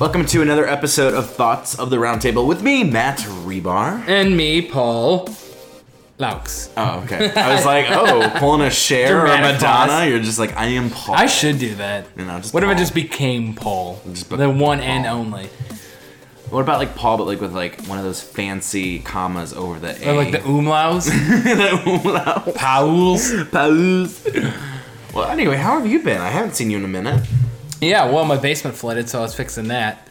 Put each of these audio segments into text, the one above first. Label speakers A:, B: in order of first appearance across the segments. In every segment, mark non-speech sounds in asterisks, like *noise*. A: Welcome to another episode of Thoughts of the Roundtable with me, Matt Rebar.
B: And me, Paul Laux.
A: Oh, okay. I was
B: *laughs*
A: like, oh, pulling a Cher or a
B: Dramatic
A: Madonna.
B: pause.
A: You're just like, I am Paul.
B: I should do that.
A: You know, just
B: what if
A: Paul.
B: it just became Paul?
A: Just be-
B: the one
A: Paul.
B: and only.
A: what about like Paul, but like with like one of those fancy commas over the A?
B: Or like
A: *laughs*
B: the umlauts,
A: the *laughs*
B: Pauls.
A: Pause. Well, anyway, how have you been? I haven't seen you in a minute.
B: Yeah, well, my basement flooded, so I was fixing that.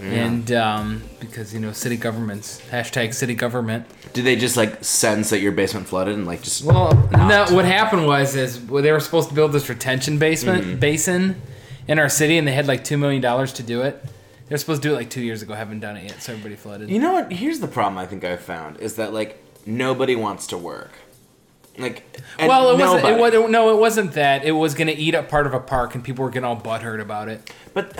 B: And um, because, you know, city governments, hashtag city government.
A: Did they just like sense that your basement flooded and like just
B: Well,
A: Not.
B: no. What happened was is well, they were supposed to build this retention basement
A: Mm-hmm.
B: basin in our city, and they had like two million dollars to do it. They're supposed to do it like two years ago. Haven't done it yet, so everybody flooded.
A: You know what? Here's the problem I think I've found is that like nobody wants to work. Like and
B: well, it wasn't. It
A: nobody.
B: was, no, it wasn't that. It was going to eat up part of a park, and people were getting all butthurt about it.
A: But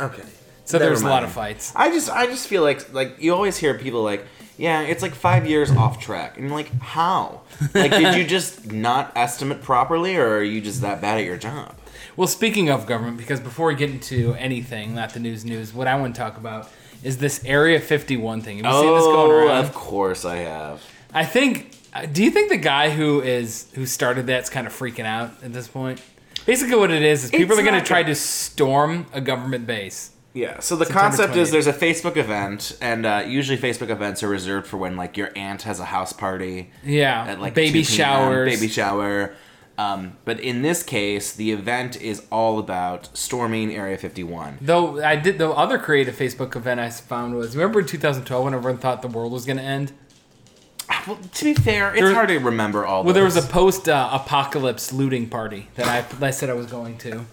A: okay.
B: So there
A: Never
B: was a lot
A: mind.
B: of fights.
A: I just I just feel like like you always hear people like yeah it's like five years off track and you're like how like did you just not estimate properly or are you just that bad at your job?
B: Well, speaking of government, because before we get into anything, not the news, news, what I want to talk about is this Area 51 thing. Have you seen this
A: Oh,
B: going around?
A: of course I have.
B: I think. uh, Do you think the guy who is who started that's kind of freaking out at this point? Basically, what it is is people
A: It's
B: are going
A: not
B: to try
A: gonna-
B: to storm a government base.
A: Yeah. So the
B: September
A: concept is
B: 28th.
A: there's a Facebook event, and uh, usually Facebook events are reserved for when like your aunt has a house party.
B: Yeah,
A: At like
B: baby
A: 2 p.m.,
B: showers.
A: Baby shower. Um, but in this case, the event is all about storming Area 51.
B: Though I did the other creative Facebook event I found was remember in 2012 when everyone thought the world was going to end.
A: Ah, Well, to be fair, it's
B: There-
A: hard to remember all.
B: Well, there was a post uh, apocalypse looting party that I, that I said I was going to.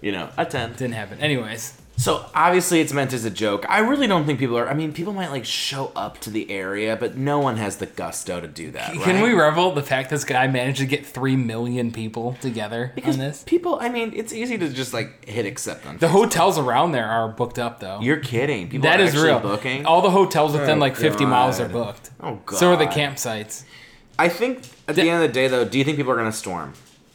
A: you know attend.
B: Didn't happen. Anyways,
A: So obviously, it's meant as a joke. I really don't think people are. I mean, people might like show up to the area, but no one has the gusto to do that.
B: can
A: right?
B: we revel at the fact this guy managed to get three million people together
A: Because
B: on this?
A: people, I mean, it's easy to just like hit accept on
B: The hotels around there are booked up though.
A: You're kidding. People
B: That
A: are
B: is
A: actually
B: real.
A: booking.
B: All the hotels within
A: Oh,
B: like 50 miles are
A: God.
B: booked.
A: Oh,
B: So are the
A: God.
B: campsites.
A: I think at the,
B: Th-
A: end of the day, though, do you think people are going to storm?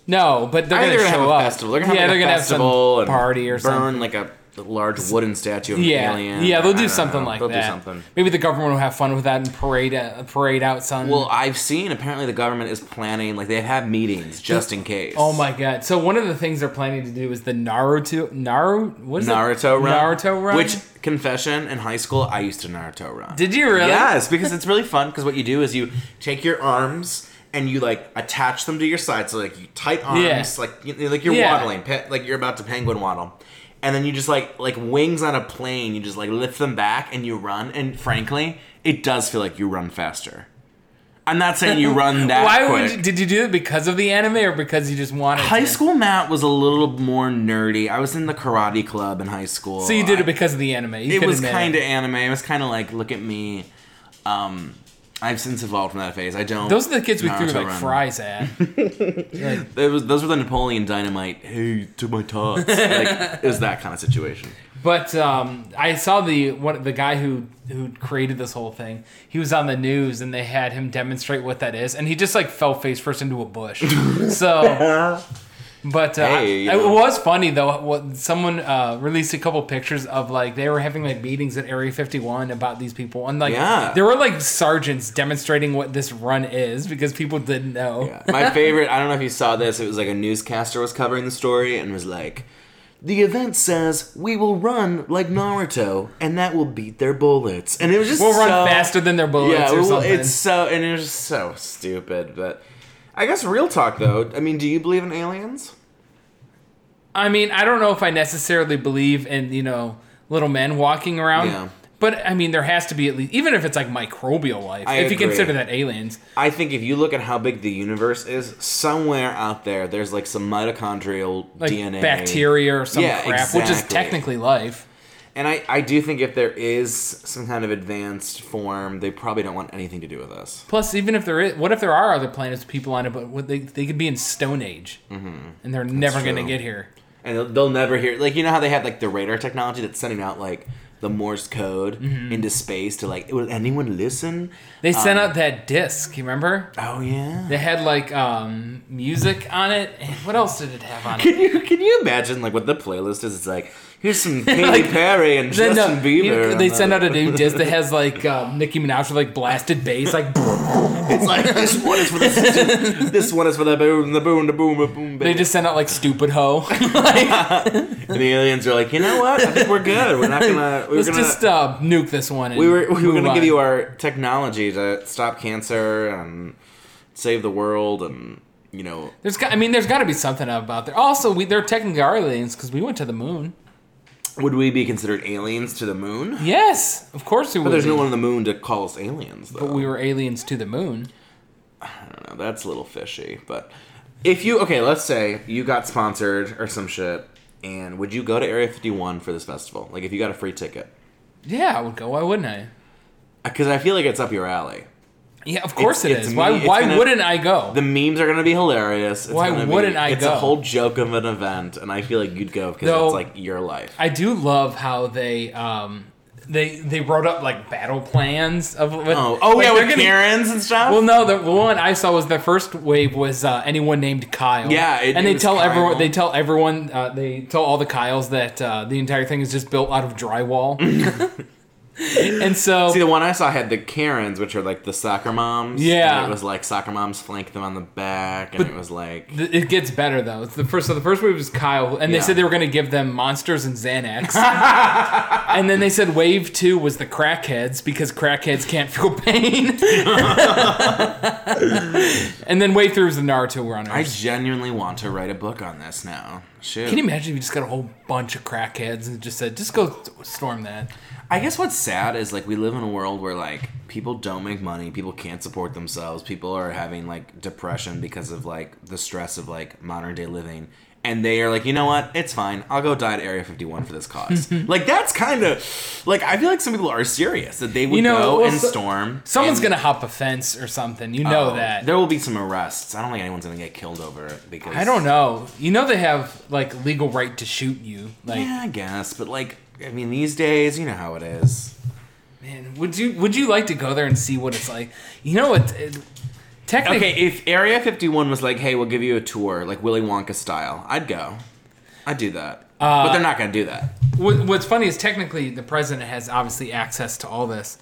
B: No, but they're
A: I
B: going
A: think
B: to show
A: they're gonna have
B: up.
A: a festival. They're going to
B: yeah,
A: have
B: they're
A: like,
B: gonna
A: a festival
B: have some party or
A: and
B: something.
A: burn like a large wooden statue of an
B: Yeah,
A: alien.
B: yeah, they'll
A: I
B: do
A: don't
B: something
A: know.
B: like
A: they'll
B: that.
A: do something.
B: Maybe the government will have fun with that and parade uh, parade out some.
A: Well, I've seen apparently the government is planning like they have meetings just in case.
B: oh my god! So one of the things they're planning to do is the Naruto Naru what is
A: Naruto
B: it?
A: run.
B: Naruto run.
A: Which confession in high school I used to Naruto run.
B: did you really?
A: Yes, because it's
B: *laughs*
A: really fun. Because what you do is you take your arms and you like attach them to your sides, so like you tight arms,
B: Yeah.
A: like you, like you're
B: Yeah.
A: waddling, pe- like you're about to penguin waddle, and then you just like like wings on a plane. You just like lift them back and you run. And frankly, it does feel like you run faster. I'm not saying you
B: *laughs*
A: run that
B: Why
A: quick.
B: would you, did you do it because of the anime or because you just wanted
A: High
B: to?
A: school Matt was a little more nerdy. I was in the karate club in high school.
B: So you did
A: I-
B: it because of the anime. You
A: it
B: can
A: was
B: admit
A: kind of anime. It was kind of like, look at me. Um, I've since evolved from that phase. I don't.
B: Those are the kids we threw
A: Naruto
B: like
A: run. *laughs*
B: fries at. Like,
A: It was, those were the Napoleon Dynamite. Hey, to my
B: *laughs*
A: tots. like it was that kind of situation.
B: But um, I saw the what the guy who who created this whole thing. He was on the news, and they had him demonstrate what that is, and he just like fell face first into a
A: *laughs*
B: bush. so, but uh,
A: Hey, you
B: it
A: know.
B: was funny though. What someone uh, released a couple pictures of like they were having like meetings at Area 51 about these people, and like
A: Yeah.
B: there were like sergeants demonstrating what this run is because people didn't know.
A: Yeah. My favorite. I don't know if you saw this. It was like a newscaster was covering the story and was like, "The event says we will run like Naruto, and that will beat their bullets." And it was just
B: We'll run
A: so-
B: faster than their bullets
A: Yeah,
B: or
A: well,
B: something.
A: it's so and it was just so stupid. But I guess real talk though. I mean, do you believe in aliens?
B: I mean, I don't know if I necessarily believe in, you know, little men walking around.
A: Yeah.
B: But I mean, there has to be at least, even if it's like microbial life,
A: I
B: if you
A: agree.
B: consider that aliens.
A: I think if you look at how big the universe is, somewhere out there, there's like some mitochondrial
B: Like
A: DNA,
B: bacteria or some
A: Yeah,
B: crap, which is
A: exactly.
B: technically life.
A: and I, I do think if there is some kind of advanced form, they probably don't want anything to do with us.
B: Plus, even if there is, what if there are other planets with people on it, but what they, they could be in Stone Age and they're never going to
A: Mm-hmm. true.
B: get here.
A: And they'll, they'll never hear like you know how they have like the radar technology that's sending out like the Morse code
B: Mm-hmm.
A: into space to like will anyone listen?
B: They sent
A: Um,
B: out that disc, you remember?
A: Oh yeah.
B: They had like um, music on it. And what else did it have on it?
A: Can you can you imagine like what the playlist is? It's like Here's
B: *laughs*
A: some Katy Perry and
B: Then,
A: Justin
B: no,
A: Bieber.
B: you know,
A: and
B: they send
A: that.
B: out a new disc that has like um, Nicki Minaj with like blasted bass, like *laughs*
A: It's like this one is for the this one is for the boom, the boom, the boom, the boom.
B: they
A: baby.
B: just send out *laughs* like stupid hoe.
A: and the aliens are like, you know what? I think we're good. We're
B: *laughs*
A: not gonna. We were
B: Let's
A: gonna.
B: just uh, nuke this one. And
A: we were we were
B: move
A: gonna
B: on.
A: give you our technology to stop cancer and save the world and you know
B: There's got, I mean, there's got to be something about there. Also, we they're technically our aliens because we went to the moon.
A: would we be considered aliens to the moon?
B: Yes, of course we would.
A: But there's
B: be.
A: no one on the moon to call us aliens though.
B: But we were aliens to the moon.
A: Now, that's a little fishy, but if you okay, let's say you got sponsored or some shit, and would you go to Area 51 for this festival? Like if you got a free ticket,
B: Yeah, I would go. Why wouldn't I?
A: because I feel like it's up your alley.
B: Yeah, of course
A: It's-
B: it's,
A: it's
B: Why?
A: me- it's
B: why
A: gonna-
B: wouldn't I go?
A: The memes are gonna be hilarious. It's
B: Why
A: gonna be-
B: wouldn't I
A: It's
B: go?
A: a whole joke of an event, and I feel like you'd go because
B: No.
A: it's like your life.
B: I do love how they um they they wrote up like battle plans of with,
A: oh, oh
B: like,
A: yeah,
B: they're
A: with Karens and stuff.
B: Well, no, the one I saw was the first wave was uh, anyone named Kyle.
A: Yeah, it-
B: and
A: it
B: they
A: was
B: tell
A: Kyle.
B: everyone they tell everyone uh, they tell all the Kyles that uh, the entire thing is just built out of
A: *laughs*
B: drywall. *laughs* and so
A: See, the one I saw had the Karens, which are like the soccer moms.
B: Yeah.
A: and it was like soccer moms flank them on the back, and it was like
B: th- it gets better though. It's the first so the first wave was Kyle, and they
A: Yeah.
B: said they were going to give them monsters
A: *laughs*
B: and Xanax. and then they said wave two was the crackheads because crackheads can't feel pain.
A: *laughs*
B: and then wave three was the Naruto runners.
A: I genuinely want to write a book on this now. Shoot.
B: Can you imagine if you just got a whole bunch of crackheads and just said, just go st- storm that?
A: I guess what's sad is like we live in a world where like people don't make money, people can't support themselves, people are having like depression because of like the stress of like modern day living. And they are like, you know what? It's fine. I'll go die at Area 51 for this
B: *laughs*
A: cause. like that's kind of like I feel like some people are serious that they would
B: You know,
A: go
B: well,
A: and
B: so-
A: storm.
B: Someone's
A: and-
B: gonna hop a fence or something. You know
A: Oh,
B: that.
A: there will be some arrests. I don't think anyone's gonna get killed over it because
B: I don't know. You know they have like legal right to shoot you. Like,
A: Yeah, I guess, but like I mean, these days, you know how it is.
B: man, would you would you like to go there and see what it's like? You know what? uh, It, technically,
A: Okay, if Area 51 was like, hey, we'll give you a tour, like Willy Wonka style, I'd go. I'd do that. but they're not going to do that.
B: what, what's funny is technically the president has obviously access to all this.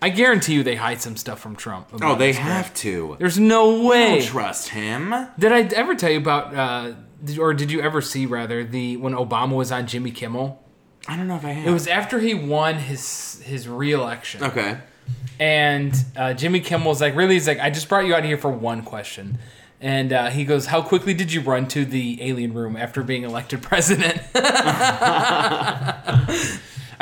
B: I guarantee you they hide some stuff from Trump.
A: Oh,
B: about
A: they
B: this crap.
A: have to.
B: There's no way.
A: Don't trust him.
B: Did I ever tell you about, uh, did, or did you ever see rather the when Obama was on Jimmy Kimmel?
A: I don't know if I have.
B: It was after he won his his reelection,
A: Okay.
B: and uh, Jimmy Kimmel was like, "Really?" He's like, "I just brought you out here for one question," and uh, he goes, "How quickly did you run to the alien room after being elected *laughs* president?"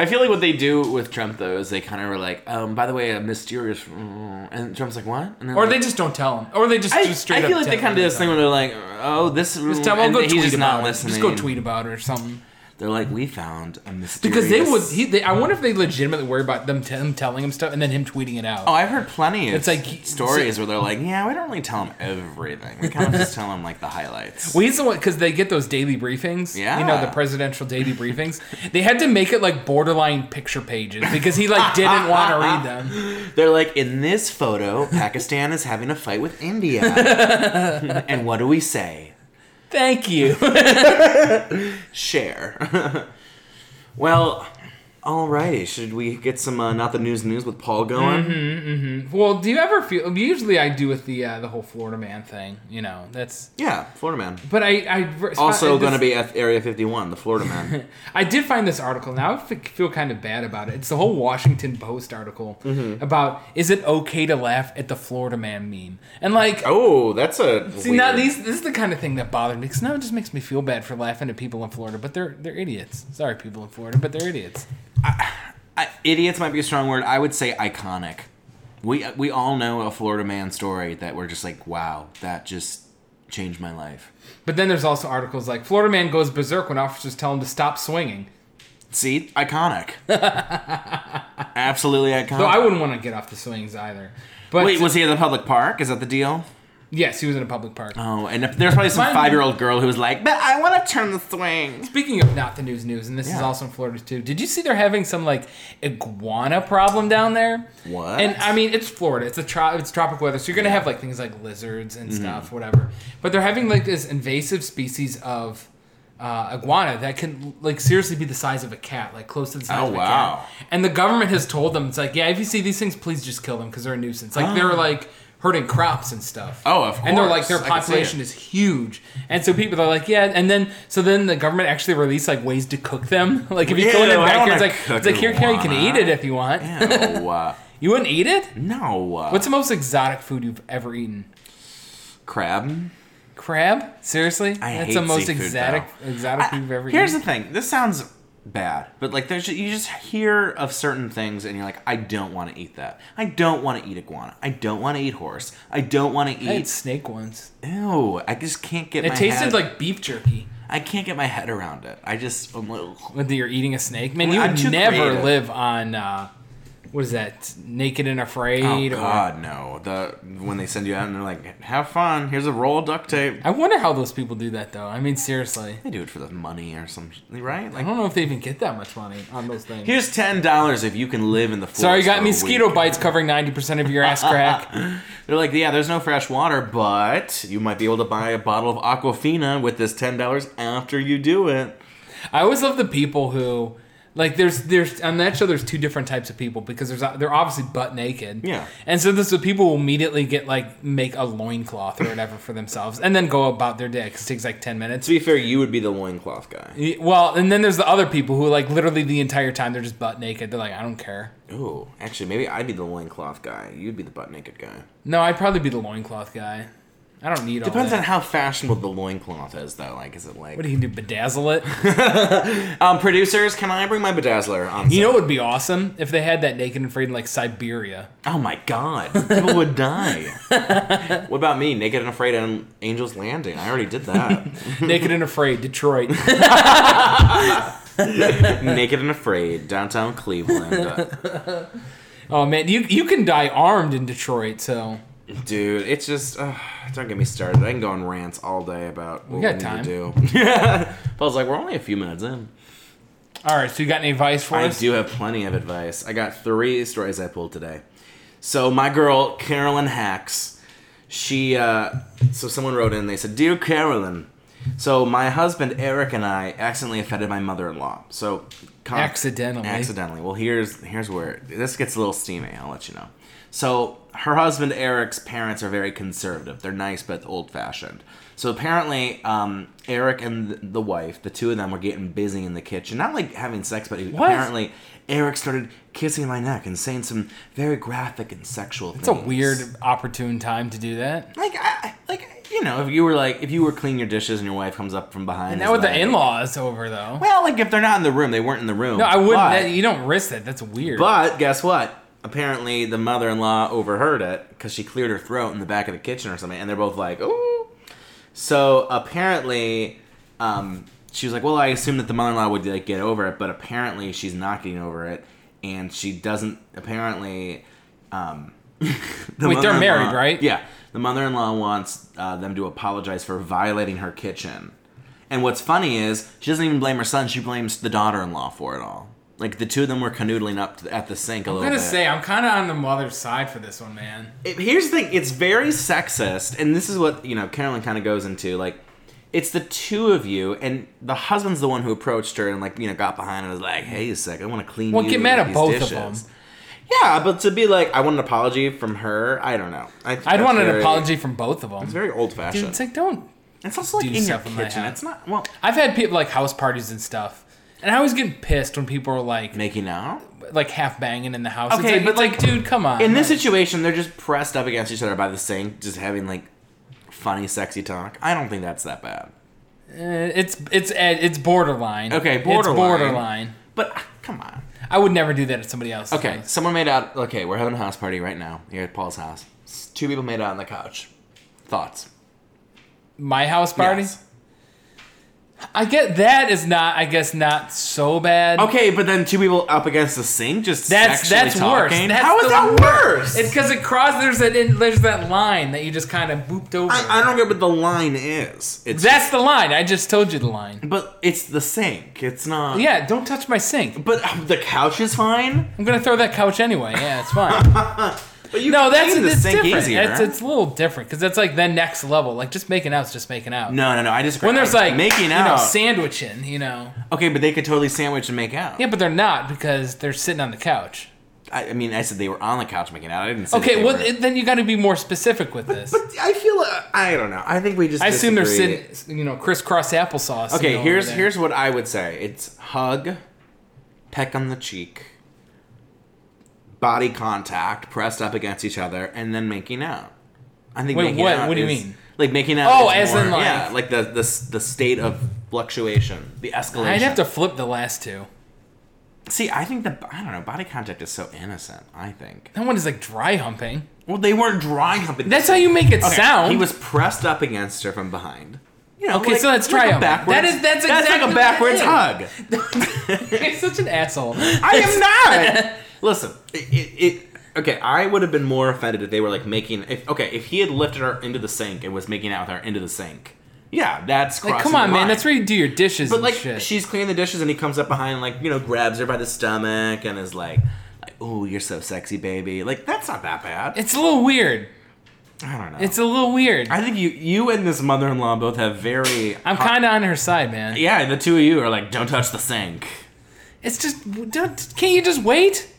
A: I feel like what they do with Trump, though, is they kind of were like, um, by the way, a mysterious. And Trump's like, what? And then,
B: or
A: like-
B: they just don't tell him, or they just,
A: I,
B: just straight
A: I
B: up.
A: feel like they
B: tell
A: kind of
B: him
A: do this
B: they
A: thing
B: don't.
A: where they're like, oh, this.
B: Just tell
A: and
B: him, "I'll go
A: he's
B: tweet
A: just
B: about
A: not
B: it.
A: listening.
B: Just go tweet about it or something.
A: They're like, we found a mysterious.
B: Because they would. He, they, I wonder if they legitimately worry about them, t- him telling him stuff and then him tweeting it out.
A: Oh, I've heard plenty of
B: It's like-
A: stories where they're like, yeah, we don't really tell them everything. We kind of just tell them like the highlights.
B: Well, he's the one because they get those daily briefings. you know
A: Yeah.
B: the presidential daily briefings. They had to make it like borderline picture pages because
A: *laughs*
B: he like didn't want to read them.
A: They're like, in this photo, Pakistan is having a fight with
B: *laughs*
A: India. and what do we say?
B: Thank you.
A: Share. *laughs* well, alrighty. Should we get some uh, Not the News News with Paul going?
B: Mm-hmm. well, do you ever feel? Usually, I do with the uh, the whole Florida man thing. You know, that's.
A: Yeah, Florida Man.
B: But I I
A: Also
B: this-
A: going to be at Area 51, the Florida Man.
B: *laughs* I did find this article. Now I f- feel kind of bad about it. It's the whole Washington Post article
A: Mm-hmm.
B: about is it okay to laugh at the Florida man meme? And like,
A: oh, that's a.
B: See now these this is the kind of thing that bothered me because now it just makes me feel bad for laughing at people in Florida, but they're they're idiots. Sorry, people in Florida, but they're idiots.
A: I, idiots might be a strong word. I would say iconic. We we all know a Florida man story that we're just like, wow, that just changed my life.
B: But then there's also articles like Florida man goes berserk when officers tell him to stop swinging.
A: See,
B: *laughs*
A: iconic. Absolutely iconic.
B: So I wouldn't want to get off the swings either. But
A: Wait, was he at the public park? Is that the deal?
B: yes, he was in a public park.
A: Oh, and if, there's probably some
B: Mine-
A: five year old girl who was like, but I want to turn the swing.
B: Speaking of not the news news, and this is
A: Yeah.
B: also in Florida too. Did you see they're having some like iguana problem down there?
A: What?
B: And I mean, it's Florida. It's a tro- it's tropic weather, so you're gonna have like
A: Mm-hmm.
B: things like lizards and stuff, whatever. But they're having like this invasive species of uh, iguana that can like seriously be the size of a cat, like close to the size
A: Oh,
B: of a
A: wow.
B: cat. And the government has told them it's like, yeah, if you see these things, please just kill them because they're a nuisance. Like they're like hurting crops and stuff.
A: Ah. Oh, of
B: And they're like their
A: course. I can see
B: population
A: it.
B: is huge, and so people are like, yeah. And then so then the government actually released like ways to cook them. *laughs* Like if you go in
A: Ew,
B: the
A: I
B: backyard, it's
A: wanna
B: like
A: cook
B: it's like here, Carrie, you can
A: iguana.
B: eat it if you want.
A: Ew, uh,
B: *laughs* You wouldn't eat it?
A: no. uh,
B: What's the most exotic food you've ever eaten?
A: crab?
B: Crab? Seriously?
A: I
B: That's
A: hate
B: the most
A: seafood,
B: exotic exotic
A: I-
B: food you've ever
A: here's
B: eaten.
A: the thing. This sounds bad, but like there's you just hear of certain things and you're like, I don't want to eat that. I don't want to eat iguana. I don't want to eat horse. I don't want to
B: I ate
A: eat.
B: snake once.
A: Ew! I just can't get.
B: It
A: my
B: tasted
A: head-
B: like beef jerky
A: I can't get my head around it. I just I'm like, oh
B: when you're eating a snake. Man, you
A: I'm
B: would
A: too
B: never
A: creative.
B: live on uh, what is that? Naked and afraid
A: oh
B: or
A: god no. The when they send you out and they're like, have fun. Here's a roll of duct tape.
B: I wonder how those people do that though. I mean seriously.
A: They do it for the money or something, right?
B: I
A: Like
B: don't know if they even get that much money on those things.
A: here's ten dollars if you can live in the. Forest
B: Sorry, you got
A: me
B: mosquito bites covering 90% of your ass crack.
A: They're like, yeah, there's no fresh water, but you might be able to buy a bottle of Aquafina with this ten dollars after you do it.
B: I always love the people who like there's there's on that show there's two different types of people because there's they're obviously butt naked.
A: Yeah.
B: And so this the people will immediately get like make a loincloth or whatever for themselves and then go about their day because it takes like 10 minutes.
A: To be fair, you would be the loincloth guy.
B: Y- Well, and then there's the other people who like literally the entire time they're just butt naked. They're like, I don't care.
A: Ooh, actually, maybe I'd be the loincloth guy. You'd be the butt naked guy.
B: No, I'd probably be the loincloth guy. I don't need all
A: Depends
B: that.
A: on how fashionable the loincloth is, though. Like, is it like.
B: Oh, what do you do? Bedazzle it?
A: um, producers, can I bring my bedazzler on?
B: You
A: set?
B: know what would be awesome if they had that naked and afraid in
A: *laughs*
B: like Siberia.
A: Oh my
B: *laughs*
A: god, people would die. what about me? Naked and Afraid and Angel's Landing. I already did
B: *laughs*
A: that.
B: naked and afraid, Detroit.
A: Naked and Afraid, downtown Cleveland.
B: Oh man, you you can die armed in Detroit, so
A: Dude, it's just uh, don't get me started. I can go on rants all day about what we,
B: got
A: need
B: time.
A: to do. *laughs* but I was like, we're only a few minutes in.
B: all right. So you got any advice for
A: I
B: us?
A: do have plenty of advice. I got three stories I pulled today. So my girl Carolyn Hacks, she uh, so someone wrote in. They said, "Dear Carolyn, so my husband Eric and I accidentally offended my mother-in-law. So con-
B: Accidentally.
A: accidentally. Well, here's here's where this gets a little steamy. I'll let you know. So her husband Eric's parents are very conservative. They're nice but old-fashioned. So apparently, um, Eric and th- the wife, the two of them, were getting busy in the kitchen. Not like having sex, but
B: What?
A: apparently Eric started kissing my neck and saying some very graphic and sexual
B: It's a
A: things.
B: weird, opportune time to do that.
A: Like, I, like you know, if you were like, if you were cleaning your dishes and your wife comes up from behind,
B: And
A: is
B: now with the
A: like-
B: in-laws over though.
A: Well, like if they're not in the room, they weren't in the room.
B: No, I wouldn't.
A: But,
B: that, you don't risk that. That's weird.
A: but guess what? Apparently, the mother-in-law overheard it because she cleared her throat in the back of the kitchen or something, and they're both like, "Ooh." So apparently, um, she was like, "Well, I assumed that the mother-in-law would like get over it, but apparently she's not getting over it, and she doesn't. Apparently, um, *laughs* the
B: Wait, they're
A: mother-in-law-
B: married, right?
A: Yeah, the mother-in-law wants uh, them to apologize for violating her kitchen. And what's funny is she doesn't even blame her son; she blames the daughter-in-law for it all. Like the two of them were canoodling up to, at the sink a
B: I'm
A: little
B: gonna
A: bit.
B: say I'm kind of on the mother's side for this one, man.
A: It- here's the thing it's very sexist and this is what you know carolyn kind of goes into like it's the two of you and the husband's the one who approached her and like you know got behind her and was like hey a sec i want to clean
B: Well,
A: you
B: get mad
A: with
B: at
A: these
B: both of
A: dishes."
B: them.
A: yeah but to be like i want an apology from her i don't know I
B: I'd want an apology from both of them.
A: it's very old-fashioned
B: Dude, it's like don't.
A: it's also like
B: do
A: in your
B: stuff in my
A: kitchen
B: house.
A: it's not well
B: I've had people like house parties and stuff, and I always get pissed when people are like
A: making out
B: like half banging in the house.
A: Okay,
B: it's like,
A: but
B: it's like, dude, come on.
A: in this situation they're just pressed up against each other by the sink just having like funny sexy talk i don't think that's that bad
B: Eh, it's it's eh, it's borderline.
A: Okay,
B: It's
A: borderline.
B: borderline.
A: but ah, come on
B: I would never do that at somebody else's.
A: Okay,
B: house.
A: someone made out. Okay, we're having a house party right now here at Paul's house. S- Two people made out on the couch. Thoughts?
B: My house party.
A: Yes.
B: I get that is not. I guess not so bad.
A: Okay, but then two people up against the sink just
B: That's
A: sexually
B: that's
A: talking?
B: worse. That's
A: How is
B: the
A: that worse?
B: It's because it crosses. There's that in, there's that line that you just kind of booped over.
A: I, I don't get what the line is. It's
B: that's the line. I just told you the line.
A: but it's the sink. It's not.
B: Yeah, don't touch my sink.
A: But uh, the couch is fine.
B: I'm gonna throw that couch anyway. Yeah, it's fine.
A: But *laughs* you
B: no,
A: can
B: that's
A: clean the
B: it's
A: sink
B: different.
A: easier.
B: It's, it's a little different because that's like the next level. Like just making out is just making out.
A: no, no, no. I disagree.
B: When there's like
A: making
B: you
A: out,
B: know, sandwiching, you know.
A: okay, but they could totally sandwich and make out.
B: Yeah, but they're not because they're sitting on the couch.
A: I, I mean, I said they were on the couch making out. I didn't. Say that
B: Okay,
A: they
B: well
A: were-
B: then you got to be more specific with this.
A: But I feel uh, I don't know. I think we just.
B: I assume they're
A: disagree.
B: sitting, you know, crisscross applesauce. you
A: Okay,
B: know,
A: here's
B: over there.
A: here's what I would say. It's hug, peck on the cheek, body contact, pressed up against each other, and then making out. I think.
B: Wait,
A: making
B: what-
A: out
B: what do you
A: is-
B: mean?
A: Like making out.
B: Oh,
A: is
B: as in,
A: more-
B: like-
A: yeah, like the the s- the state of fluctuation, the escalation.
B: I'd have to flip the last two.
A: see. I think the I don't know. Body contact is so innocent. I think.
B: That one is like dry humping.
A: Well, they weren't dry humping.
B: That's how you make it
A: Okay,
B: sound.
A: He
B: *laughs*
A: was pressed up against her from behind. You know,
B: Okay,
A: like-
B: so let's
A: like
B: try
A: a
B: humping.
A: backwards.
B: That is- that's
A: like
B: exactly
A: a
B: what it
A: backwards
B: is.
A: hug.
B: You're such an
A: *laughs*
B: asshole. *laughs*
A: I am not. Listen, it, it, it. Okay, I would have been more offended if they were like making. If okay, if he had lifted her into the sink and was making out with her into the sink. Yeah, that's
B: Like,
A: crossing
B: come on,
A: the
B: man.
A: line.
B: That's where you do your dishes
A: But
B: and
A: like,
B: shit.
A: she's cleaning the dishes and he comes up behind, and, like you know, grabs her by the stomach and is like, like "Oh, you're so sexy, baby." Like that's not that bad.
B: it's a little weird.
A: I don't know.
B: It's a little weird.
A: I think you you and this mother-in-law both have very.
B: I'm kind of on her side, man.
A: Yeah, the two of you are like, don't touch the sink.
B: It's just, don't, can't you just wait?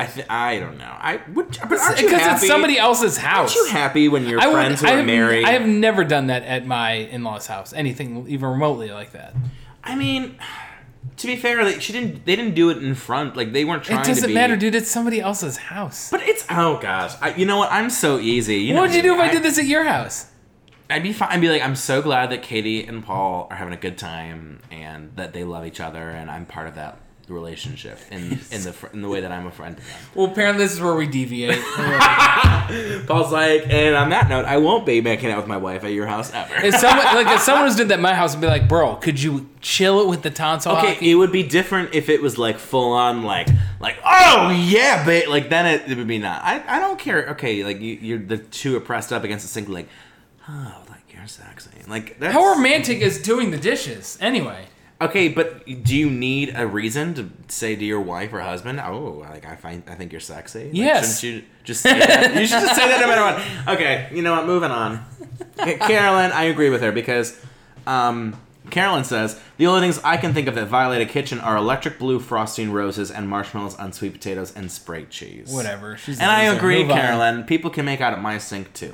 A: I th- I don't know. I would, but
B: Because
A: aren't you happy?
B: it's somebody else's house.
A: Aren't you happy when your
B: I
A: friends
B: would,
A: who are
B: I have,
A: married?
B: I have never done that at my in-laws' house. Anything even remotely like that.
A: I mean, to be fair, like, she didn't. They didn't do it in front. Like they weren't trying.
B: It
A: to
B: doesn't
A: be,
B: matter, dude. It's somebody else's house.
A: But it's oh gosh. I, you know what? I'm so easy. You know
B: what would you
A: me.
B: do if I, did this at your house?
A: I'd be fine. I'd be like, I'm so glad that Katie and Paul are having a good time and that they love each other, and I'm part of that relationship in in the fr- in the way that I'm a friend to them.
B: Well, apparently this is where we *laughs* deviate.
A: Paul's like, and on that note, I won't be making out with my wife at your house ever.
B: if someone like if someone was did that at my house and be like, bro, could you chill it with the tonsil
A: Okay,
B: hockey?
A: it would be different if it was like full on, like, like, oh yeah, babe. Like then it, it would be not. I, I don't care. Okay, like you, you're the two are pressed up against the sink, like, oh, like you're sexy. Like that's
B: How romantic is doing the dishes anyway?
A: okay. But do you need a reason to say to your wife or husband, oh, like I find I think you're sexy? Like,
B: Yes.
A: Shouldn't you just say that? you should just say that no matter what. Okay, you know what? Moving on. Okay, Carolyn, I agree with her because um, Carolyn says the only things I can think of that violate a kitchen are electric blue frosting roses and marshmallows on sweet potatoes and Sprite cheese.
B: Whatever. She's
A: And
B: a
A: I
B: loser.
A: agree,
B: Move on.
A: Carolyn. People can make out at my sink too.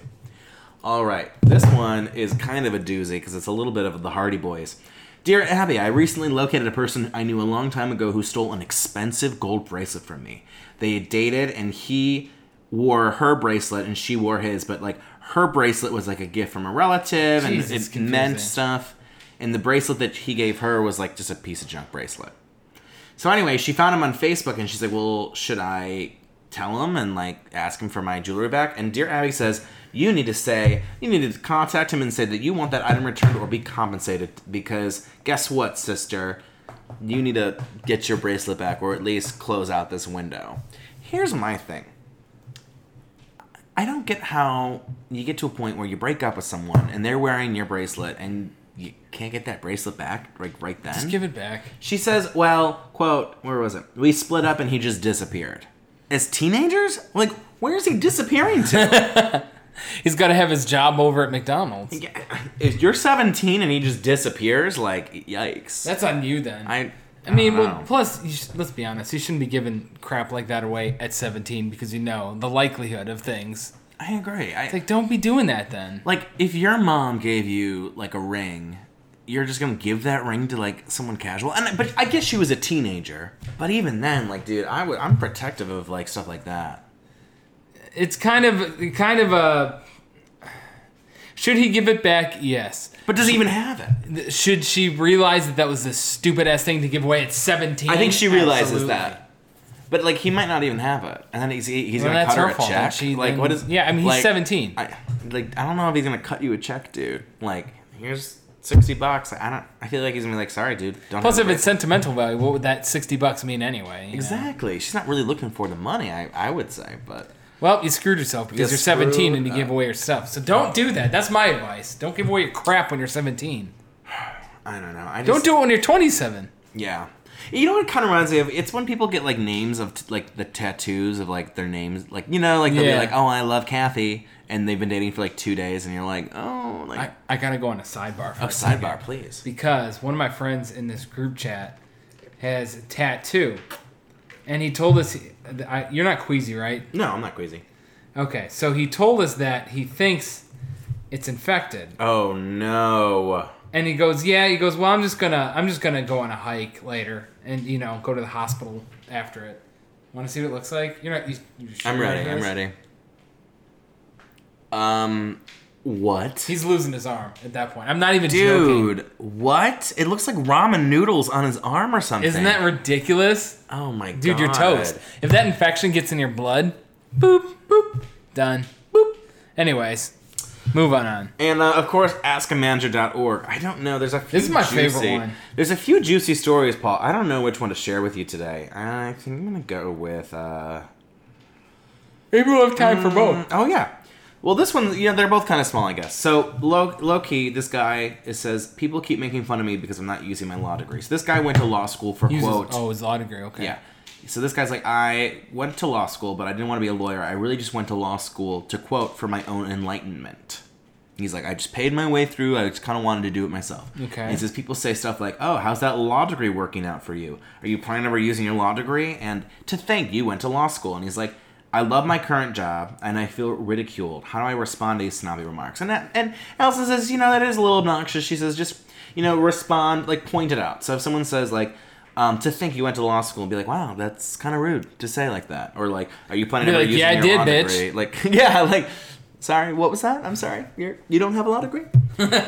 A: All right, this one is kind of a doozy because it's a little bit of the Hardy Boys. Dear Abby, I recently located a person I knew a long time ago who stole an expensive gold bracelet from me. They dated, and he wore her bracelet, and she wore his. But like her bracelet was like a gift from a relative,
B: Jesus,
A: and it
B: confusing.
A: meant stuff. And the bracelet that he gave her was like just a piece of junk bracelet. So anyway, she found him on Facebook and she's like, "Well, should I tell him and like ask him for my jewelry back?" And dear Abby says, "You need to say you need to contact him and say that you want that item returned or be compensated because guess what, sister, you need to get your bracelet back or at least close out this window." Here's my thing. I don't get how you get to a point where you break up with someone and they're wearing your bracelet and you can't get that bracelet back like right then.
B: Just give it back.
A: She says, well, quote, where was it? We split up and he just disappeared. As teenagers? Like, where is he disappearing
B: *laughs*
A: to?
B: He's got to have his job over at McDonald's.
A: Yeah, if you're 17 and he just disappears, like, yikes.
B: That's on you then.
A: I,
B: I mean,
A: don't
B: well,
A: know.
B: plus, you sh- let's be honest, you shouldn't be giving crap like that away at 17 because you know the likelihood of things.
A: I agree. I, like,
B: Like, don't be doing that then.
A: if your mom gave you, like, a ring, you're just gonna give that ring to, like, someone casual. And But I guess she was a teenager. But even then, like, dude, I would, I'm protective of, like, stuff like that.
B: It's kind of, kind of a. *sighs* Should he give it back? Yes.
A: But does he even have it?
B: Th- Should she realize that that was this stupid ass thing to give away at 17?
A: I think she realizes
B: Absolutely.
A: that. But like he might not even have it, and then he's he's
B: Well,
A: gonna
B: that's
A: cut her
B: her
A: a
B: fault.
A: check.
B: and She,
A: like
B: then-
A: what is?
B: Yeah, I mean, he's
A: like,
B: 17.
A: I like I don't know if he's gonna cut you a check, dude. Like here's sixty bucks. I don't. I feel like he's gonna be like, sorry, dude. Don't
B: Plus,
A: have
B: if
A: a
B: it's sentimental value, what would that 60 bucks mean anyway? you know?
A: exactly, she's not really looking for the money. I I would say, but
B: Well, you screwed yourself because
A: You
B: you are 17 and you
A: screwed
B: gave
A: up.
B: away your stuff. So don't do that. That's my advice. Don't give away your crap when you're 17.
A: I don't know. I just,
B: Don't do it when you're 27.
A: Yeah. You know what? It kind of reminds me of it's when people get like names of t- like the tattoos of like their names, like you know, like they'll
B: Yeah.
A: be like, "Oh, I love Kathy," and they've been dating for like two days, and you're like, "Oh, like
B: I, I gotta go on a sidebar. For
A: oh,
B: a second.
A: sidebar, please."
B: because one of my friends in this group chat has a tattoo, and he told us, I, "You're not queasy, right?"
A: No, I'm not crazy.
B: Okay, so he told us that he thinks it's infected,
A: Oh no.
B: and he goes, "Yeah." He goes, "Well, I'm just gonna, I'm just gonna go on a hike later, and you know, go to the hospital after it. Want to see what it looks like? You're not. You, you sure
A: I'm
B: what
A: ready.
B: it
A: I'm
B: is?
A: ready. Um, what?
B: He's losing his arm at that point. I'm not even joking.
A: Dude, what? It looks like ramen noodles on his arm or something.
B: Isn't that ridiculous?
A: Oh my god.
B: Dude, you're toast. If that infection gets in your blood, boop, boop, done. Boop. Anyways, move on on.
A: And uh, of course, askamanager.org. I don't know. There's a few
B: This is my
A: juicy,
B: favorite one.
A: There's a few juicy stories, Paul. I don't know which one to share with you today. I think I'm gonna go with. uh
B: Maybe we'll have time for both.
A: Oh yeah. Well, this one, yeah, they're both kind of small, I guess. So low, low key, this guy it says people keep making fun of me because I'm not using my law degree. So this guy went to law school for
B: Uses,
A: quote.
B: oh, his law degree. Okay.
A: Yeah. So this guy's like, I went to law school, but I didn't want to be a lawyer. I really just went to law school to quote for my own enlightenment. He's like, I just paid my way through. I just kind of wanted to do it myself.
B: Okay.
A: And he says people say stuff like, "Oh, how's that law degree working out for you? Are you planning on reusing your law degree?" And to think you went to law school. And he's like, "I love my current job, and I feel ridiculed. How do I respond to these snobby remarks?" And that, and Allison says, "You know, that is a little obnoxious." She says, "Just you know, respond like point it out." So if someone says like. Um, to think you went to law school and be like, wow, that's kind of rude to say like that, or like, are you planning
B: Be
A: on
B: like,
A: reusing
B: "Yeah, I
A: your
B: did,
A: law
B: bitch."
A: degree? Like, *laughs* yeah, like, sorry, what was that? I'm sorry, you're you don't have a law degree.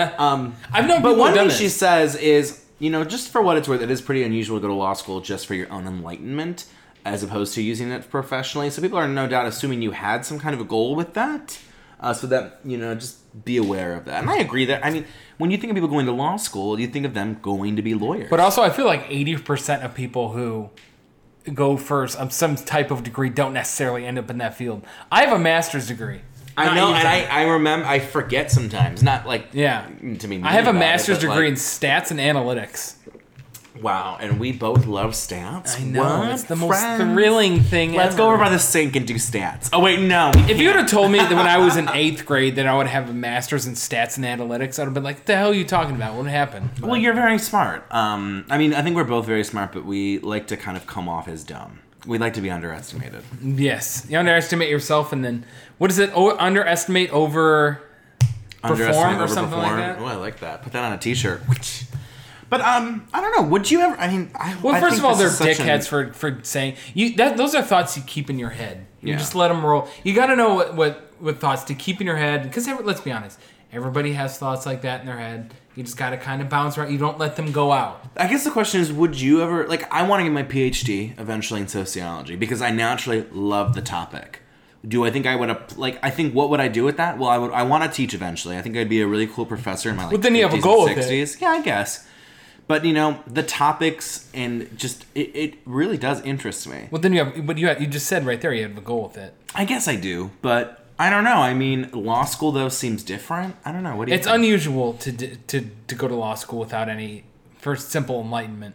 B: I've known
A: But
B: people
A: one
B: who've
A: thing
B: done
A: she
B: this.
A: says is, you know, just for what it's worth, it is pretty unusual to go to law school just for your own enlightenment as opposed to using it professionally. So people are no doubt assuming you had some kind of a goal with that. Uh, so that, you know, just be aware of that. And I agree that, I mean, when you think of people going to law school, you think of them going to be lawyers.
B: But also, I feel like 80% of people who go for some- some type of degree don't necessarily end up in that field. I have a master's degree.
A: I
B: Not
A: know,
B: you,
A: and
B: Tom.
A: I, I remember, I forget sometimes. Not like,
B: Yeah.
A: to me.
B: I have a
A: about it,
B: master's
A: but,
B: degree in
A: like,
B: stats and analytics.
A: wow, and we both love stats.
B: I know.
A: What
B: It's the most
A: friends?
B: thrilling thing
A: Let's
B: ever.
A: go over by the sink and do stats. Oh wait, no. we
B: If
A: can't.
B: you would have told me that when
A: *laughs*
B: I was in eighth grade that I would have a master's in stats and analytics, I'd have been like, "The hell are you talking about? What happened?" But
A: Well, you're very smart. Um, I mean, I think we're both very smart, but we like to kind of come off as dumb. We like to be underestimated.
B: yes, you underestimate yourself, and then what is it? O- underestimate over. Perform or something like that?
A: Oh, I like that. Put that on a t-shirt. But um, I don't know. Would you ever? I mean, I.
B: Well,
A: I
B: first
A: think
B: of all, they're
A: this is such an-
B: dickheads for for saying you. That those are thoughts you keep in your head. You
A: Yeah.
B: just let them roll. You got to know what, what what thoughts to keep in your head because let's be honest, everybody has thoughts like that in their head. You just got to kind of bounce around. You don't let them go out.
A: I guess the question is, would you ever like? I want to get my PhD eventually in sociology because I naturally love the topic. Do I think I would ap- like? I think what would I do with that? Well, I would. I want to teach eventually. I think I'd be a really cool professor in my like.
B: But then you have
A: 50s
B: a
A: and
B: goal with it.
A: 60s. Yeah, I guess. But you know the topics and just it, it really does interest me.
B: Well, then you have. But you have, you just said right there you have a goal with it.
A: I guess I do, but I don't know. I mean, law school though seems different. I don't know. What do you?
B: It's
A: think?
B: unusual to, d- to to go to law school without any first simple enlightenment.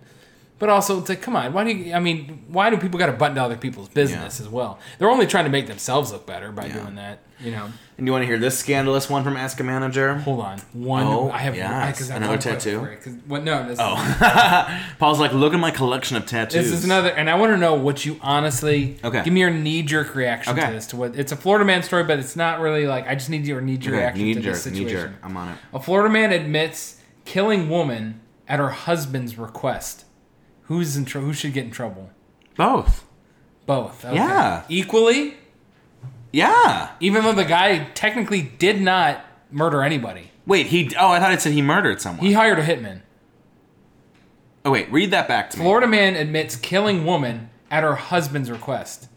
B: But also, it's like, come on, why do you, I mean, why do people got to button to other people's business as well? They're only trying to make themselves look better by doing that. You know,
A: and you want to hear this scandalous one from Ask a Manager?
B: hold on, one.
A: Oh,
B: I have I,
A: yes.
B: 'cause I
A: Another
B: have one quick
A: tattoo? Oh.
B: for it, 'cause- well, no, this, is,
A: Paul's like, look at my collection of tattoos.
B: this is another, and I want to know what you honestly.
A: Okay.
B: Give me your knee jerk reaction
A: Okay.
B: to this. To what it's a Florida man story, but it's not really like I just need your knee jerk
A: Okay,
B: reaction
A: knee
B: to
A: jerk,
B: this
A: knee jerk.
B: situation.
A: I'm on it.
B: A Florida man admits killing woman at her husband's request. Who's in trouble? Who should get in trouble?
A: Both.
B: Both. okay.
A: Yeah.
B: Equally,
A: Yeah.
B: even though the guy technically did not murder anybody,
A: Wait, he. Oh, I thought it said he murdered someone.
B: he hired a hitman.
A: oh, wait, read that back to me.
B: Florida man admits killing woman at her husband's request.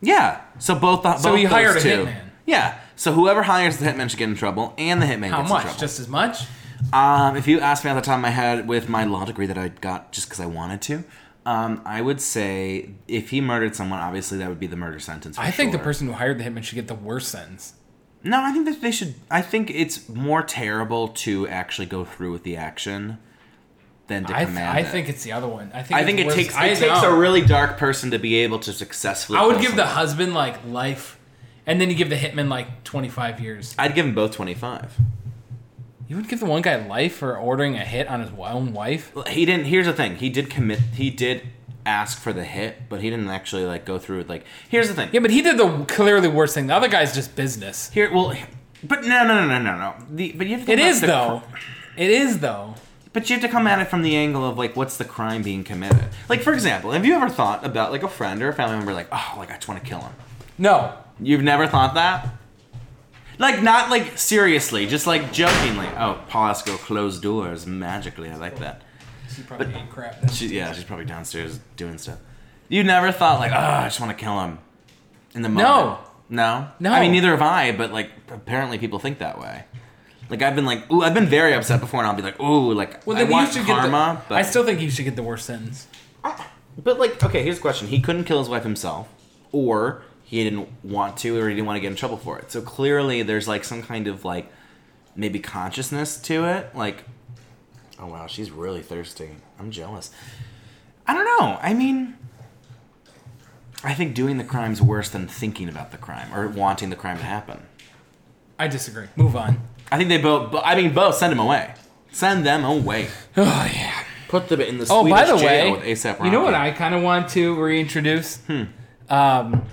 A: Yeah. So both. The,
B: So
A: both
B: he hired a
A: those two.
B: hitman.
A: Yeah. So whoever hires the hitman should get in trouble, and the hitman
B: How
A: gets in
B: much?
A: trouble.
B: Just as much?
A: um, if you asked me at the top of my head with my law degree that I got just because I wanted to, um, I would say if he murdered someone, obviously that would be the murder sentence. For
B: I think the
A: sure.
B: person who hired the hitman should get the worst sentence.
A: No, I think that they should. I think it's more terrible to actually go through with the action than to
B: I, th-
A: command
B: I
A: it.
B: think it's the other one. I think
A: I think it
B: it's worse-
A: takes it
B: I
A: takes
B: know.
A: a really dark person to be able to successfully.
B: I would
A: kill
B: give the
A: someone.
B: husband like life, and then you give the hitman like twenty five years.
A: I'd give them both twenty five.
B: You would give the one guy life for ordering a hit on his wi- own wife.
A: He didn't. Here's the thing. He did commit. He did ask for the hit, but he didn't actually like go through with like. Here's the thing.
B: Yeah, but he did the clearly worst thing. The other guy's just business.
A: Here, well, but no, no, no, no, no, no. The, but you have to.
B: It
A: think about
B: is
A: the
B: though. It is though.
A: But you have to come at it from the angle of like, what's the crime being committed? Like, for example, have you ever thought about like a friend or a family member, like, oh, like I just want to kill him?
B: No.
A: You've never thought that? Like, not like seriously, just like jokingly. Oh, Paul has to go close doors magically. I like that.
B: She probably ate crap.
A: She, yeah, she's probably downstairs doing stuff. You never thought like, oh, I just want to kill him in the moment.
B: No.
A: No.
B: No.
A: I mean, neither have I. But like, apparently, people think that way. Like I've been like, ooh, I've been very upset before, and I'll be like, ooh, like
B: Well,
A: I
B: then you
A: want
B: should
A: karma.
B: get the,
A: but
B: I still think you should get the worst sentence.
A: But like, okay, here's a question: He couldn't kill his wife himself, or he didn't want to, or he didn't want to get in trouble for it. So clearly, there's like some kind of like maybe consciousness to it. Like, oh wow, she's really thirsty. I'm jealous. I don't know. I mean, I think doing the crime's worse than thinking about the crime or wanting the crime to happen.
B: I disagree. Move on.
A: I think they both. I mean, both send him away. Send them away.
B: Oh yeah.
A: Put them in the
B: Oh,
A: Swedish
B: by the
A: jail
B: way,
A: with ASAP.
B: you know what
A: Rocky.
B: I kind of want to reintroduce? Hmm. Um,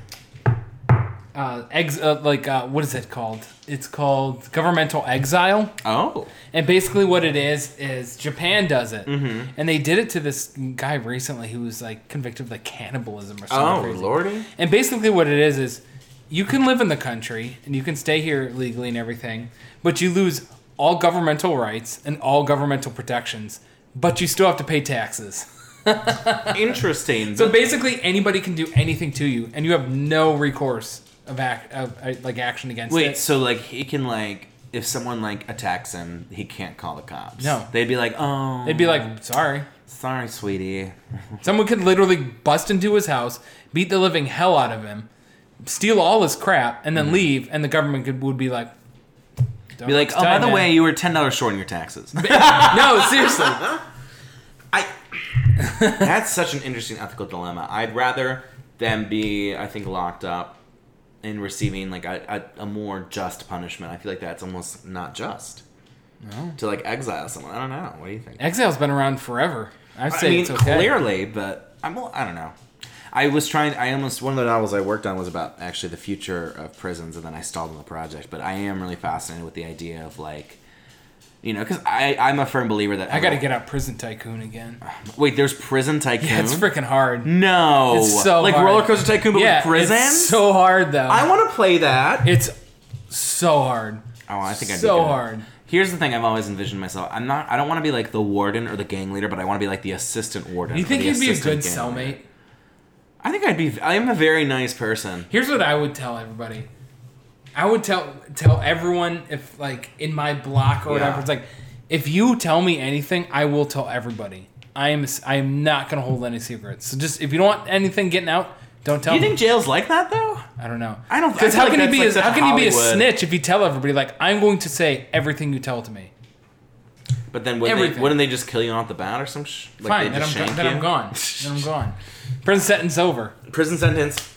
B: uh, ex- uh, like uh, what is it called? It's called governmental exile.
A: Oh,
B: And basically, what it is is Japan does it,
A: Mm-hmm.
B: and they did it to this guy recently who was like convicted of like cannibalism or
A: oh,
B: something. crazy.
A: lordy.
B: And basically, what it is is you can live in the country and you can stay here legally and everything, but you lose all governmental rights and all governmental protections, but you still have to pay taxes.
A: Interesting.
B: So basically, anybody can do anything to you, and you have no recourse of, act, of uh, like action against
A: Wait,
B: it.
A: so like he can like if someone like attacks him, he can't call the cops.
B: No.
A: they'd be like, oh,
B: They'd be like, sorry.
A: sorry, sweetie.
B: Someone could literally bust into his house, beat the living hell out of him, steal all his crap, and then leave, and the government could, would be like, "Don't
A: Mm-hmm. Be like,
B: waste
A: oh, by
B: time,
A: the
B: man."
A: way, you were ten dollars short on your taxes.
B: no, seriously, *laughs*
A: I. *laughs* That's such an interesting ethical dilemma. I'd rather them be, I think, locked up and receiving like a, a, a more just punishment. I feel like that's almost not just. To like exile someone, I don't know. What do you think?
B: exile's been around forever. I
A: I
B: say
A: mean,
B: it's okay.
A: clearly, but I'm. I don't know. I was trying. I almost one of the novels I worked on was about actually the future of prisons, and then I stalled on the project. But I am really fascinated with the idea of like, you know, because I I'm a firm believer that
B: I got to get out prison tycoon again.
A: Wait, there's prison tycoon.
B: Yeah, it's freaking hard.
A: no,
B: It's so
A: like
B: hard.
A: roller coaster tycoon, but
B: yeah,
A: with prison.
B: It's so hard though.
A: I want to play that.
B: it's so hard.
A: Oh, I think I'd be
B: so
A: good.
B: hard.
A: Here's the thing: I've always envisioned myself. I'm not. I don't want to be like the warden or the gang leader, but I want to be like the assistant warden.
B: Do you
A: or
B: think
A: the
B: you'd be a
A: assistant
B: good
A: gang
B: cellmate?
A: leader. I think I'd be. I am a very nice person.
B: Here's what I would tell everybody. I would tell tell everyone if like in my block or whatever.
A: Yeah.
B: It's like if you tell me anything, I will tell everybody. I am s- I am not gonna hold any secrets. So just if you don't want anything getting out, don't tell
A: Do you
B: me.
A: think jails like that though?
B: I don't know.
A: I don't- I
B: Because
A: feel
B: how
A: like
B: can you
A: that's,
B: be
A: like,
B: a,
A: such
B: how can you be a
A: Hollywood.
B: snitch if you tell everybody like I'm going to say everything you tell to me?
A: But then wouldn't
B: Everything.
A: they, wouldn't they just kill you off the bat or some sh- like
B: Fine,
A: they
B: then I'm
A: just
B: go-
A: shank
B: then I'm
A: you?
B: gone. then I'm
A: *laughs*
B: gone. Prison sentence over.
A: Prison sentence.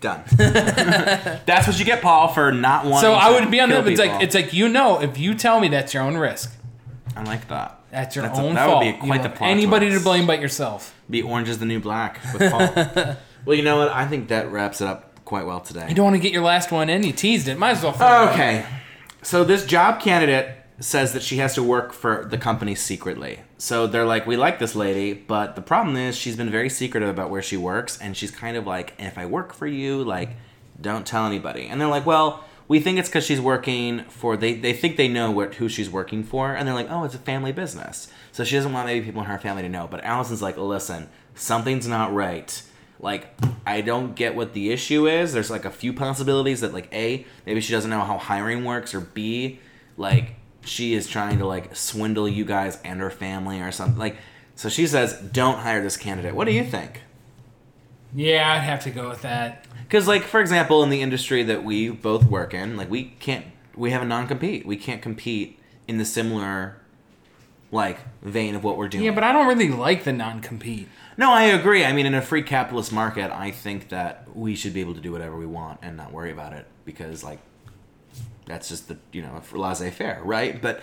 A: Done. *laughs* That's what you get, Paul, for not wanting.
B: So I
A: to
B: would be on
A: kill
B: that. It's like
A: people.
B: it's like you know if you tell me that's your own risk.
A: I like that.
B: That's your
A: That's a-
B: own
A: that would
B: fault.
A: be
B: You
A: quite
B: don't
A: the
B: have
A: plot
B: anybody
A: twist.
B: to blame but yourself.
A: Be orange is the new black with *laughs* Paul. well, you know what? I think that wraps it up quite well today.
B: You don't want to get your last one in. You teased it. Might as well. fucking-
A: Okay. So this job candidate says that she has to work for the company secretly. So they're like, we like this lady, but the problem is she's been very secretive about where she works, and she's kind of like, if I work for you, like, don't tell anybody. And they're like, well, we think it's because she's working for they they think they know what who she's working for, and they're like, oh, it's a family business. So she doesn't want maybe people in her family to know. But Allison's like, listen, something's not right like i don't get what the issue is there's like a few possibilities that like a maybe she doesn't know how hiring works or b like she is trying to like swindle you guys and her family or something like so she says don't hire this candidate what do you think
B: Yeah, I'd have to go with that.
A: because like for example in the industry that we both work in like we can't we have a non-compete we can't compete in the similar like vein of what we're doing.
B: Yeah, but I don't really like the non compete.
A: No, I agree. I mean, in a free capitalist market, I think that we should be able to do whatever we want and not worry about it because, like, that's just the you know laissez faire, right? But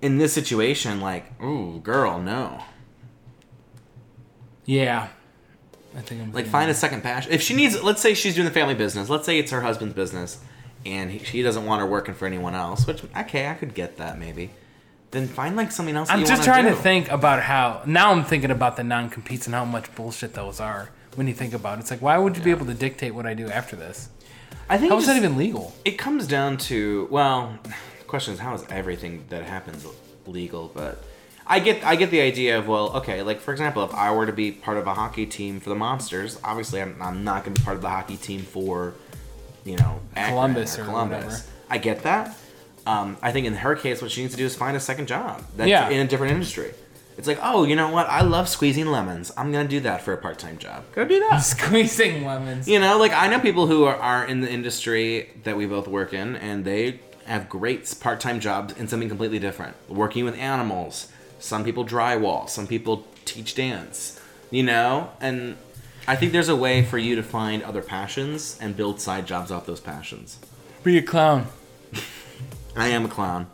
A: in this situation, like, ooh, girl, no.
B: Yeah. I think I'm
A: Like,
B: feeling-
A: find a second passion. If she needs, let's say she's doing the family business. Let's say it's her husband's business, and he, she doesn't want her working for anyone else. Which okay, I could get that maybe. Then find like something else. that
B: I'm
A: you
B: just
A: wanna
B: trying
A: do.
B: to think about how now I'm thinking about the non competes and how much bullshit those are when you think about it. It's like why would you be able to dictate what I do after this?
A: I think
B: How
A: it
B: is that
A: just-
B: even legal? *laughs*
A: It comes down to well, the question is how is everything that happens legal? But I get I get the idea of well, okay, like for example, if I were to be part of a hockey team for the Monsters, obviously I'm, I'm not going to be part of the hockey team for you know Akron
B: Columbus or whatever.
A: I get that. Um, I think in her case, what she needs to do is find a second job that's
B: Yeah.
A: in a different industry. It's like, oh, you know what? I love squeezing lemons. I'm gonna do that for a part-time job. Go do that.
B: Squeezing lemons.
A: You know, like I know people who are, are in the industry that we both work in, and they have great part time jobs in something completely different. Working with animals. Some people drywall. Some people teach dance. You know, and I think there's a way for you to find other passions and build side jobs off those passions.
B: Be a clown.
A: I am a clown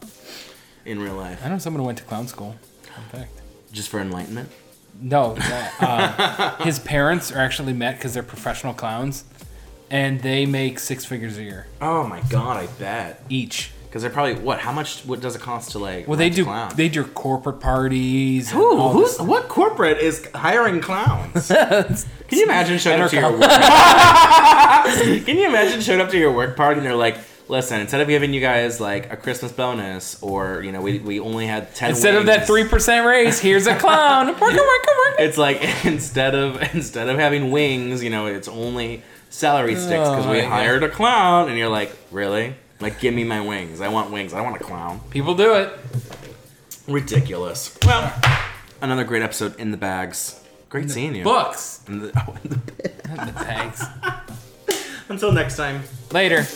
A: in real life,
B: I know someone who went to clown school. In fact.
A: just for enlightenment.
B: No, that, uh, his parents are actually met because they're professional clowns, and they make six figures a year
A: Oh my god, I bet.
B: each.
A: Because they're probably what? How much? What does it cost to like?
B: Well, they
A: rent a
B: do
A: Clown?
B: they do corporate parties. and
A: Who?
B: all
A: Who's
B: this-
A: what corporate is hiring
B: *laughs*
A: clowns? Can you imagine showing up to your work? *laughs* Can you imagine showing up to your work party and they're like, "Listen, instead of giving you guys like a Christmas bonus, or you know, we, we only had ten
B: Instead of that
A: wings,
B: three percent raise, here's a
A: *laughs*
B: clown. Worka, worka, worka.
A: it's like *laughs* instead of instead of having wings, you know, it's only salary sticks because
B: Oh,
A: we
B: my God.
A: hired a clown." And you're like, "Really? Like, give me my wings. I want wings. I don't want a clown."
B: People do it.
A: Ridiculous. Well, another great episode in the bags. Great seeing you.
B: Books. *laughs*
A: *laughs* In the- oh, in the-
B: Thanks.
A: Until next time.
B: Later.